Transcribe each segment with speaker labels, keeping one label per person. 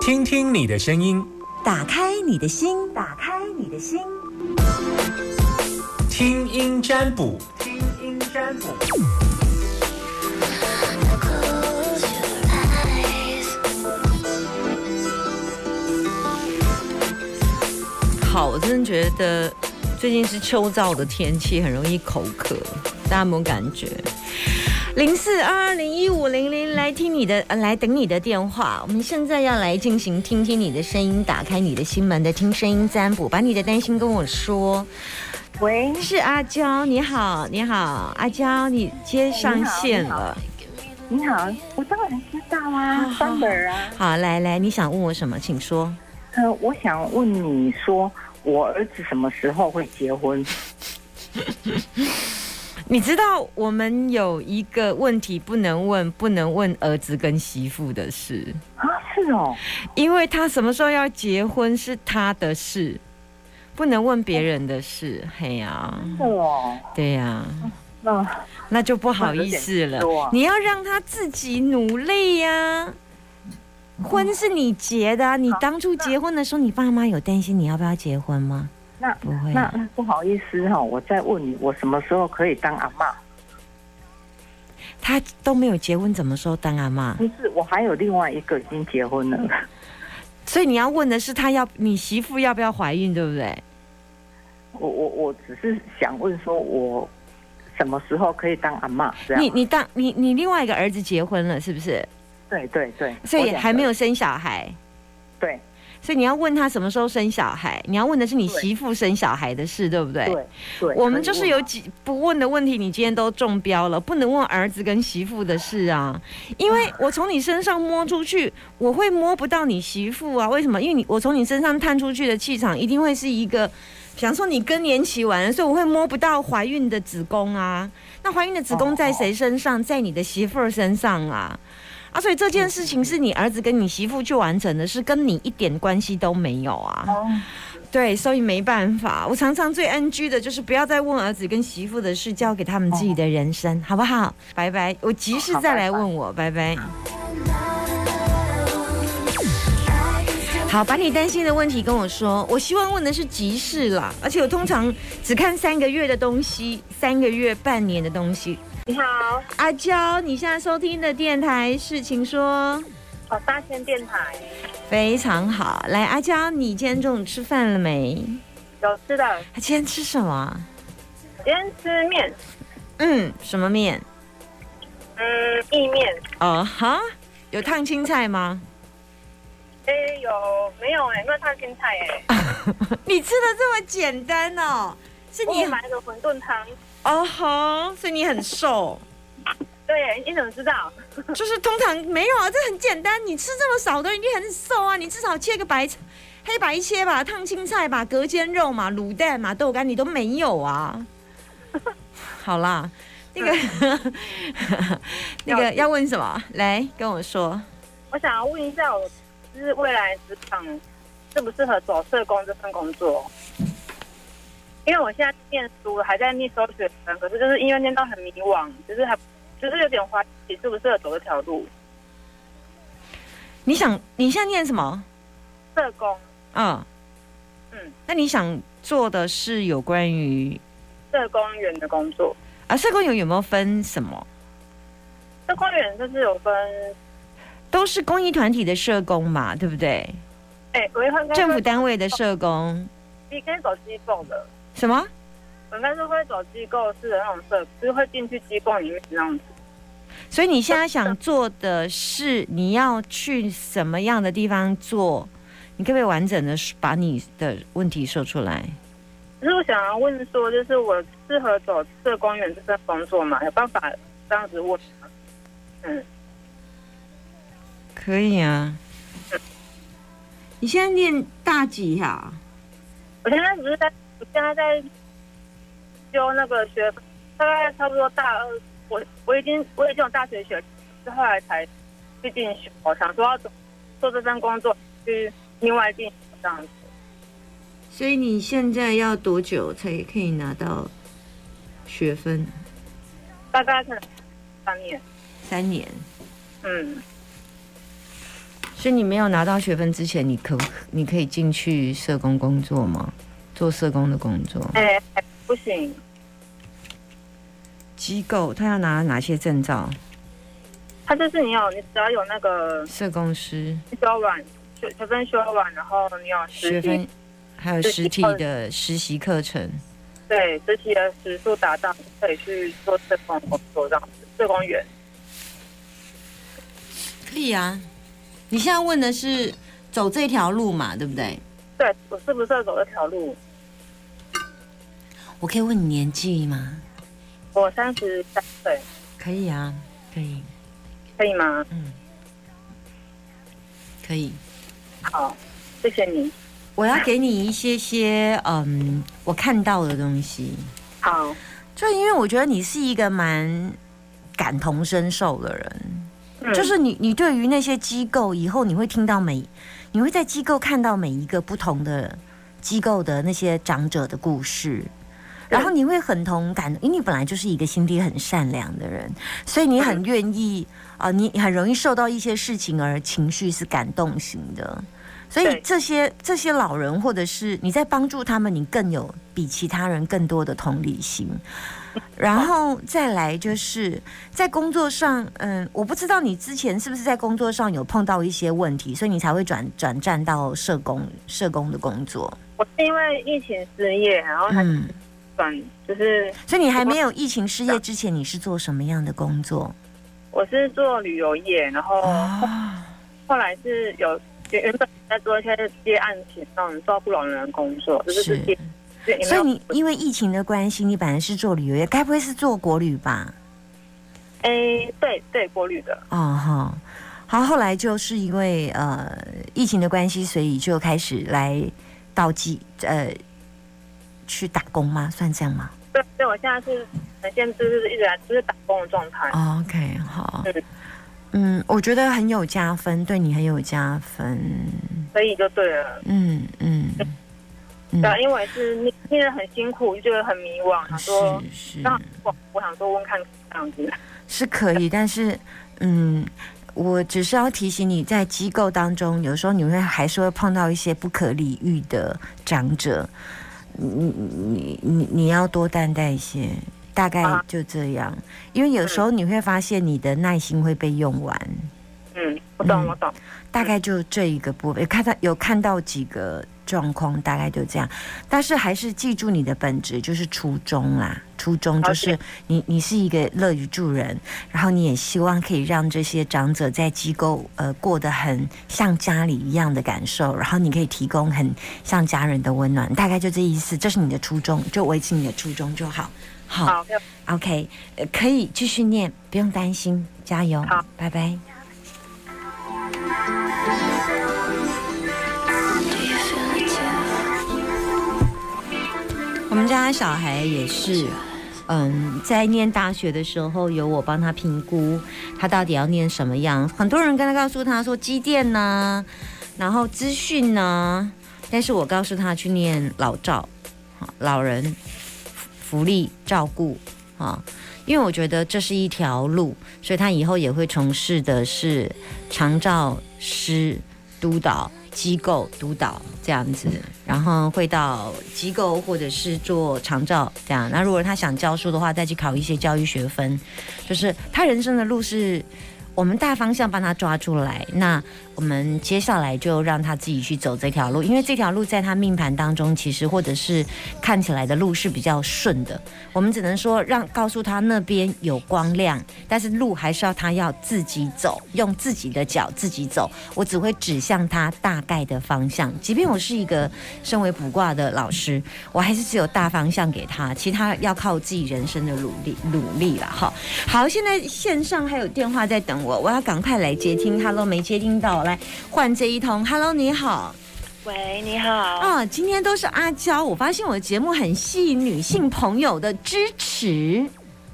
Speaker 1: 听听你的声音，
Speaker 2: 打开你的心，
Speaker 3: 打开你的心，
Speaker 1: 听音占卜，
Speaker 3: 听音占卜。
Speaker 4: 好，我真的觉得最近是秋燥的天气，很容易口渴，大家有没有感觉？零四二二零一五零零来听你的，呃来等你的电话。我们现在要来进行听听你的声音，打开你的心门的听声音占卜，把你的担心跟我说。
Speaker 5: 喂，
Speaker 4: 是阿娇，你好，你好，阿娇，你接上线了。
Speaker 5: 你好，我当然知道
Speaker 4: 好
Speaker 5: 啊
Speaker 4: 好
Speaker 5: ，Summer 啊，
Speaker 4: 好，来来，你想问我什么？请说。
Speaker 5: 呃，我想问你说，我儿子什么时候会结婚？
Speaker 4: 你知道我们有一个问题不能问，不能问儿子跟媳妇的事，
Speaker 5: 啊，是哦，
Speaker 4: 因为他什么时候要结婚是他的事，不能问别人的事。嘿呀、
Speaker 5: 是哦，
Speaker 4: 对呀、
Speaker 5: 那
Speaker 4: 那就不好意思了
Speaker 5: 那有点多啊。
Speaker 4: 你要让他自己努力呀、婚是你结的啊、你当初结婚的时候，你爸妈有担心你要不要结婚吗？
Speaker 5: 那
Speaker 4: 不会
Speaker 5: 那那不好意思哈、哦，我再问你，我什么时候可以当阿妈？
Speaker 4: 他都没有结婚，怎么说当阿妈？
Speaker 5: 不是，我还有另外一个已经结婚了，
Speaker 4: 所以你要问的是，他要你媳妇要不要怀孕，对不对？
Speaker 5: 我我我只是想问说，我什么时候可以当阿妈？这
Speaker 4: 你
Speaker 5: 样，
Speaker 4: 你当你你另外一个儿子结婚了，是不是？
Speaker 5: 对对对，
Speaker 4: 所以
Speaker 5: 我
Speaker 4: 还没
Speaker 5: 两个
Speaker 4: 有生小孩，
Speaker 5: 对
Speaker 4: 所以你要问他什么时候生小孩。你要问的是你
Speaker 5: 对
Speaker 4: 媳妇生小孩的事，对不对？
Speaker 5: 对对，
Speaker 4: 我
Speaker 5: 可
Speaker 4: 们
Speaker 5: 以
Speaker 4: 就是
Speaker 5: 问
Speaker 4: 有
Speaker 5: 吗
Speaker 4: 几不问的问题，你今天都中标了，不能问儿子跟媳妇的事啊，因为我从你身上摸出去，我会摸不到你媳妇啊，为什么？因为你我从你身上探出去的气场，一定会是一个，比方说你更年期完了，所以我会摸不到怀孕的子宫啊，那怀孕的子
Speaker 5: 哦
Speaker 4: 宫在谁身上？在你的媳妇儿身上啊。啊，所以这件事情是你儿子跟你媳妇去完成的，是跟你一点关系都没有啊。
Speaker 5: 哦
Speaker 4: 对，所以没办法。我常常最 NG 的就是不要再问儿子跟媳妇的事，交给他们自己的人生，好不好？拜拜。我急事再来问我，哦拜嗯拜。好，把你担心的问题跟我说。我希望问的是急事啦，而且我通常只看三个月的东西，三个月、半年的东西。
Speaker 6: 你好，
Speaker 4: 阿娇，你现在收听的电台是请说，
Speaker 6: 哦，大仙电台
Speaker 4: 非常好。来，阿娇，你今天中午吃饭了没？
Speaker 6: 有吃的，
Speaker 4: 今天吃什么？
Speaker 6: 今天吃面，
Speaker 4: 嗯，什么面？
Speaker 6: 嗯，意面，
Speaker 4: 哦哈，有烫青菜吗？
Speaker 6: 哎、有没有哎、没有烫青菜哎、
Speaker 4: 你吃的这么简单哦？是
Speaker 6: 我
Speaker 4: 你
Speaker 6: 有买了个馄饨汤，
Speaker 4: 哦吼，所以你很 瘦，
Speaker 6: 对、你怎么知道？
Speaker 4: 就是通常没有啊，这很简单。你吃这么少的，你很瘦啊，你至少切个白菜黑白切吧，烫青菜吧，隔间肉嘛，卤蛋嘛，豆干你都没有 啊。好啦，那个嗯 那个要问什么？来跟我说。
Speaker 6: 我想要问一下，我就是未来职场适不适合走社工这份工作？因为我现在念书还在念收学分，可是就是因为念到很迷惘，就是还就是有点怀疑自己适不适合走这条路。
Speaker 4: 你想你现在念什么？
Speaker 6: 社工，
Speaker 4: 嗯
Speaker 6: 嗯，
Speaker 4: 那你想做的是有关于
Speaker 6: 社工员的工作，
Speaker 4: 啊，社工有有没有分什么？
Speaker 6: 社工员就是有分，
Speaker 4: 都是公益团体的社工嘛，对不对？
Speaker 6: 哎、我也会跟
Speaker 4: 政府单位的社工，
Speaker 6: 你可以走机构的，
Speaker 4: 什么？
Speaker 6: 我们是会走机构式的那种社，就是会进去机构里面那种。
Speaker 4: 所以你现在想做的是，你要去什么样的地方做？你可不可以完整的把你的问题说出来？
Speaker 6: 只是我想要问说，就是我适合走社工员这份工作吗？有办法这样子问吗？嗯，
Speaker 4: 可以啊。你现在念大几啊呀、
Speaker 6: 我现在只是在，我现在在修那个学，大概差不多大二，我我已经我已经有大学学，是后来才去进修，想说要走做这份工作，去另外进修这样子。
Speaker 4: 所以你现在要多久才可以拿到学分？
Speaker 6: 大概可能三年，
Speaker 4: 三年。
Speaker 6: 嗯，
Speaker 4: 所以你没有拿到学分之前，你可你可以进去社工工作吗？做社工的工作，
Speaker 7: 哎、还不行，
Speaker 4: 机构他要拿哪些证照？
Speaker 7: 他就是你有，你只要有那个
Speaker 4: 社工师
Speaker 7: 修完学学分修完，然后你有
Speaker 4: 学
Speaker 7: 实习
Speaker 4: 分，还有实体的实习课程。
Speaker 7: 对实习的时数达到，你可以去做社工工作这样子，社工员。
Speaker 4: 可以啊，你现在问的是走这条路嘛，对不对？
Speaker 7: 对我适不适合走这条路？
Speaker 4: 我可以问你年纪吗？
Speaker 7: 我三十三岁，
Speaker 4: 可以啊，可以，
Speaker 7: 可以吗？
Speaker 4: 可以。
Speaker 7: 好，谢谢你。
Speaker 4: 我要给你一些些嗯，我看到的东西，
Speaker 7: 好，
Speaker 4: 就因为我觉得你是一个蛮感同身受的人，
Speaker 7: 嗯
Speaker 4: 就是你，你对于那些机构，以后你会听到每，你会在机构看到每一个不同的机构的那些长者的故事，
Speaker 7: 嗯
Speaker 4: 然后你会很同感，因为你本来就是一个心地很善良的人，所以你很愿意
Speaker 7: 嗯
Speaker 4: 啊、呃你很容易受到一些事情而情绪是感动型的。所以
Speaker 7: 对
Speaker 4: 这些这些老人，或者是你在帮助他们，你更有比其他人更多的同理心。然后再来就是在工作上，嗯，我不知道你之前是不是在工作上有碰到一些问题，所以你才会转转战到社工社工的工作。
Speaker 7: 我是因为疫情失业，然后才
Speaker 4: 嗯，
Speaker 7: 转，就是
Speaker 4: 所以你还没有疫情失业之前，你是做什么样的工作？
Speaker 7: 我是做旅游业，然后
Speaker 4: 哦，
Speaker 7: 后来是有原原本在做一些接案情那种照顾老人的工作，就是
Speaker 4: 是
Speaker 7: 是接，就也没
Speaker 4: 所以
Speaker 7: 有
Speaker 4: 你因为疫情的关系，你本来是做旅游业，该不会是做国旅吧？
Speaker 7: 哎，对对，国旅的，
Speaker 4: 哦哈，好，后来就是因为呃疫情的关系，所以就开始来到机呃去打工吗？算这样吗？
Speaker 7: 对，所以我现在是很现就是一直来就是打工的状态，
Speaker 4: 哦 OK，好
Speaker 7: 嗯。
Speaker 4: 嗯，我觉得很有加分，对你很有加分。
Speaker 7: 所以就对了。
Speaker 4: 嗯嗯，嗯
Speaker 7: 对，啊因为是那那个很辛苦，就觉得很迷惘，想说，
Speaker 4: 是嗯是
Speaker 7: 那我我想说问看这样子，
Speaker 4: 是可以，但是嗯，我只是要提醒你，在机构当中，有时候你会还是会碰到一些不可理喻的长者，你你你你要多担待一些。大概
Speaker 7: 啊
Speaker 4: 就这样，因为有时候你会发现你的耐心会被用完。
Speaker 7: 嗯，我懂
Speaker 4: 嗯
Speaker 7: 我懂，
Speaker 4: 大概就这一个部分，有看到有看到几个状况，大概就这样。但是还是记住你的本质，就是初衷啦。初衷就是你，你是一个乐于助人，然后你也希望可以让这些长者在机构呃过得很像家里一样的感受，然后你可以提供很像家人的温暖，大概就这意思。这是你的初衷，就维持你的初衷就好。好
Speaker 7: 好，没有
Speaker 4: o k 呃，可以继续念，不用担心，加油
Speaker 7: 好，
Speaker 4: 拜拜。我们家小孩也是，嗯，在念大学的时候，有我帮他评估他到底要念什么样。很多人跟他告诉他说机电呐、然后资讯呐、但是我告诉他去念老照，好老人福利照顾啊，因为我觉得这是一条路，所以他以后也会从事的是长照师督导机构督导这样子，然后会到机构或者是做长照这样。那如果他想教书的话，再去考一些教育学分，就是他人生的路是。我们大方向帮他抓出来，那我们接下来就让他自己去走这条路，因为这条路在他命盘当中，其实或者是看起来的路是比较顺的。我们只能说让告诉他那边有光亮，但是路还是要他要自己走，用自己的脚自己走。我只会指向他大概的方向，即便我是一个身为卜卦的老师，我还是只有大方向给他，其他要靠自己人生的努力努力了哈。好，现在线上还有电话在等我，我要赶快来接听。Hello，没接听到，来换这一通。Hello，你好。
Speaker 6: 喂，你好。
Speaker 4: 啊、今天都是阿娇，我发现我的节目很吸引女性朋友的支持，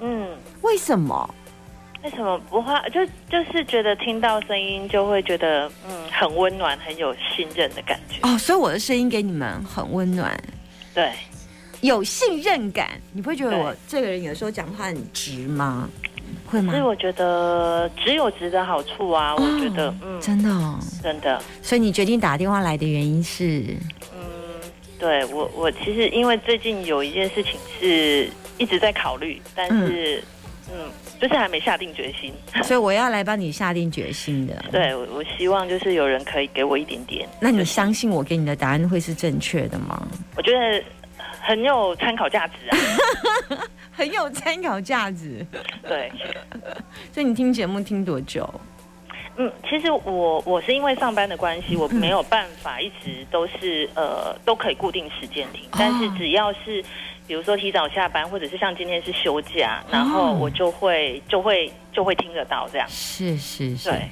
Speaker 6: 嗯，
Speaker 4: 为什么？
Speaker 6: 为什么不画？就就是觉得听到声音就会觉得，嗯，很温暖，很有信任的感觉。
Speaker 4: 哦，所以我的声音给你们很温暖，
Speaker 6: 对，
Speaker 4: 有信任感。你不会觉得
Speaker 6: 对
Speaker 4: 我这个人有时候讲话很直吗？会吗
Speaker 6: 所以？我觉得只有值的好处啊，我觉得
Speaker 4: 哦，
Speaker 6: 嗯，
Speaker 4: 真的哦。
Speaker 6: 真的，
Speaker 4: 所以你决定打电话来的原因是，
Speaker 6: 嗯，对我我其实因为最近有一件事情是一直在考虑，但是嗯，就是还没下定决心。
Speaker 4: 所以我要来帮你下定决心的。，
Speaker 6: 对我我希望就是有人可以给我一点点，
Speaker 4: 那你相信我给你的答案会是正确的吗？
Speaker 6: 我觉得很有参考价值啊。
Speaker 4: 很有参考价值。
Speaker 6: 对，
Speaker 4: 所以你听节目听多久？
Speaker 6: 嗯，其实我我是因为上班的关系，我没有办法一直都是呃都可以固定时间听，但是只要是比如说提早下班，或者是像今天是休假，然后我就会就会就会听得到这样。
Speaker 4: 是是是。
Speaker 6: 对，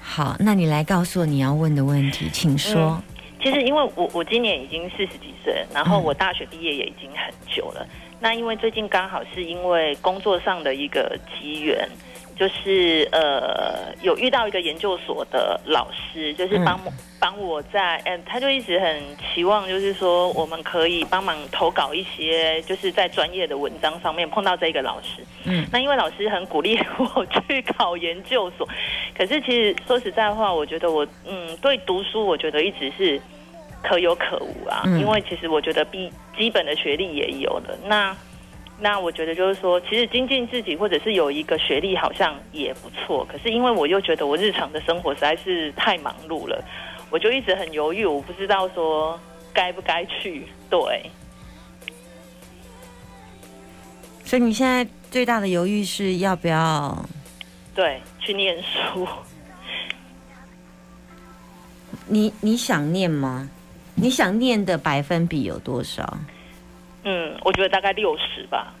Speaker 4: 好，那你来告诉我你要问的问题，请说。
Speaker 6: 其实因为我我今年已经四十几岁了，然后我大学毕业也已经很久了。那因为最近刚好是因为工作上的一个机缘，就是呃有遇到一个研究所的老师，就是帮我帮我在嗯、他就一直很期望，就是说我们可以帮忙投稿一些就是在专业的文章上面碰到这个老师。
Speaker 4: 嗯
Speaker 6: 那因为老师很鼓励我去考研究所， 可是其实说实在话，我觉得我嗯对读书，我觉得一直是可有可无啊，
Speaker 4: 嗯
Speaker 6: 因为其实我觉得比基本的学历也有了，那那我觉得就是说，其实精进自己或者是有一个学历好像也不错，可是因为我又觉得我日常的生活实在是太忙碌了，我就一直很犹豫，我不知道说该不该去，对。
Speaker 4: 所以你现在最大的犹豫是要不要？
Speaker 6: 对，去念书，
Speaker 4: 你你想念吗？你想念的百分比有多少？
Speaker 6: 嗯，我觉得大概六十吧。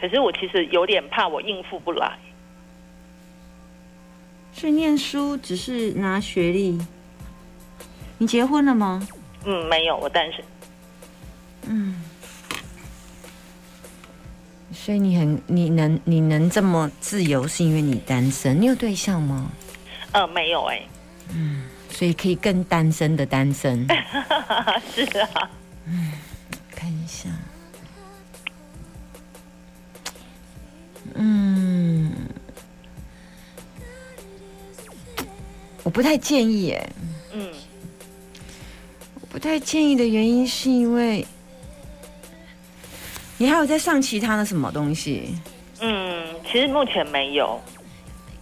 Speaker 6: 可是我其实有点怕我应付不来，
Speaker 4: 是念书，只是拿学历。你结婚了吗？
Speaker 6: 嗯，没有，我单身，
Speaker 4: 嗯。所以你很，你能，你能这么自由，是因为你单身。你有对象吗？
Speaker 6: 呃，没有、欸，
Speaker 4: 所以可以更单身的单身。
Speaker 6: 哎，是啊，
Speaker 4: 看一下，嗯，我不太建议哎，
Speaker 6: 嗯，
Speaker 4: 我不太建议的原因是因为你还有在上其他的什么东西？
Speaker 6: 嗯，其实目前没有，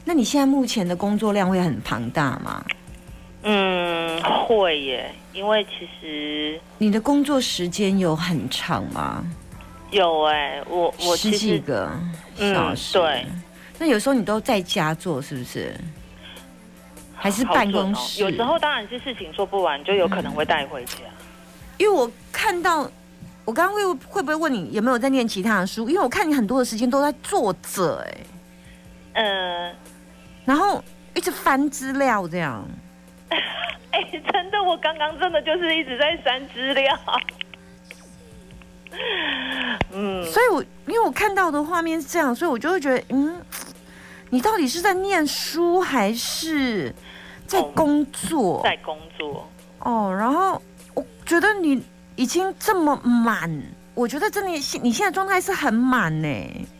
Speaker 4: 那你现在目前的工作量会很庞大吗？
Speaker 6: 嗯，会耶，因为其实
Speaker 4: 你的工作时间有很长吗？
Speaker 6: 有哎、我我
Speaker 4: 十
Speaker 6: 其
Speaker 4: 几
Speaker 6: 实
Speaker 4: 个
Speaker 6: 嗯
Speaker 4: 小时、
Speaker 6: 对。
Speaker 4: 那有时候你都在家做，是不是？还是
Speaker 6: 好
Speaker 4: 办
Speaker 6: 准
Speaker 4: 公
Speaker 6: 哦
Speaker 4: 室？
Speaker 6: 有时候当然是事情做不完，就有可能会带回家，
Speaker 4: 因为我看到，我刚刚会会不会问你有没有在念其他的书？因为我看你很多的时间都在坐着、哎，
Speaker 6: 嗯、
Speaker 4: 然后一直翻资料这样。
Speaker 6: 哎、真的，我刚刚真的就是一直在删资料。 嗯，
Speaker 4: 所以我因为我看到的画面是这样，所以我就会觉得，嗯，你到底是在念书还是在
Speaker 6: 哦
Speaker 4: 工作？
Speaker 6: 在工作，
Speaker 4: 哦，然后我觉得你已经这么满，我觉得真的现你现在状态是很满呢、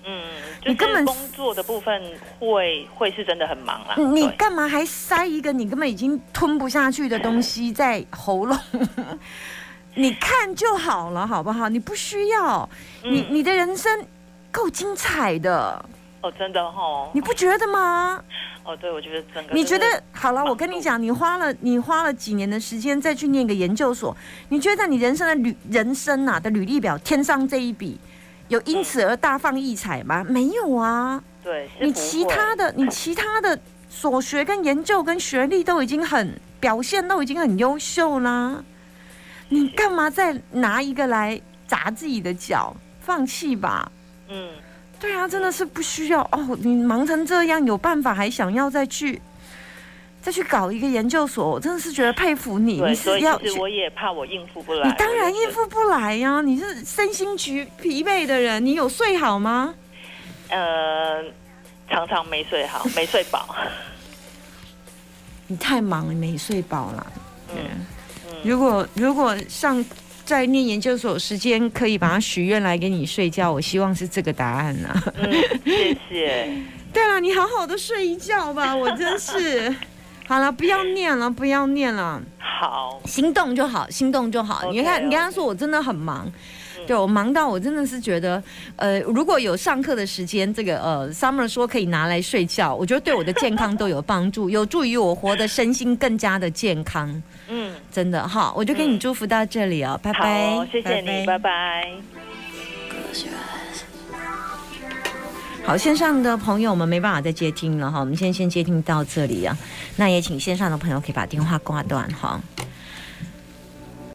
Speaker 6: 嗯，就
Speaker 4: 你根
Speaker 6: 是
Speaker 4: 本
Speaker 6: 工作的部分会会是真的很忙啦。
Speaker 4: 你
Speaker 6: 对
Speaker 4: 干嘛还塞一个你根本已经吞不下去的东西在喉咙？ 你看就好了，好不好？你不需要，你
Speaker 6: 嗯
Speaker 4: 你的人生够精彩的，
Speaker 6: 哦，真的哦，
Speaker 4: 你不觉得吗？
Speaker 6: 哦，对，我觉得整个
Speaker 4: 你
Speaker 6: 就
Speaker 4: 觉
Speaker 6: 是
Speaker 4: 得好了？我跟你讲，你花了你花了几年的时间再去念个研究所，你觉得在你人生的履人生啊的履历表添上这一笔，有因此而大放异彩吗？没有啊，
Speaker 6: 对，是
Speaker 4: 你
Speaker 6: 嗯不
Speaker 4: 其
Speaker 6: 会
Speaker 4: 他的你其他的所学跟研究跟学历都已经很表现都已经很优秀啦，你干嘛再拿一个来砸自己的脚？放弃吧。
Speaker 6: 嗯，
Speaker 4: 对啊，真的是不需要哦。你忙成这样，有办法还想要再去再去搞一个研究所，我真的是觉得佩服你。
Speaker 6: 对，
Speaker 4: 你
Speaker 6: 所
Speaker 4: 是
Speaker 6: 以
Speaker 4: 要
Speaker 6: 其实
Speaker 4: 去
Speaker 6: 我也怕我应付不来。
Speaker 4: 你当然
Speaker 6: 我就
Speaker 4: 应
Speaker 6: 是，
Speaker 4: 付不来呀、你是身心疲疲惫的人，你有睡好吗？
Speaker 6: 呃，常常没睡好，没睡 饱。
Speaker 4: 你太忙了，没睡饱了。
Speaker 6: 嗯，
Speaker 4: 如果如果上在念研究所有时间可以把它许愿来给你睡觉，我希望是这个答案呐、啊。
Speaker 6: 嗯，谢谢。
Speaker 4: 对了，你好好的睡一觉吧，我真是。好了，不要念了，不要念了，
Speaker 6: 好，
Speaker 4: 行动就好，行动就好。你
Speaker 6: OK，
Speaker 4: 看，你跟他
Speaker 6: OK 嗯
Speaker 4: 说我真的很忙。对我忙到我真的是觉得，呃，如果有上课的时间，这个呃，Summer 说可以拿来睡觉，我觉得对我的健康都有帮 助，有助于我活得身心更加的健康。
Speaker 6: 嗯，
Speaker 4: 真的哈，我就跟你祝福到这里哦，拜
Speaker 6: 好
Speaker 4: 拜，
Speaker 6: 哦，谢谢你，拜拜。
Speaker 4: 好，线上的朋友我们没办法再接听了哈，我们先先接听到这里啊。那也请线上的朋友可以把电话挂断哈。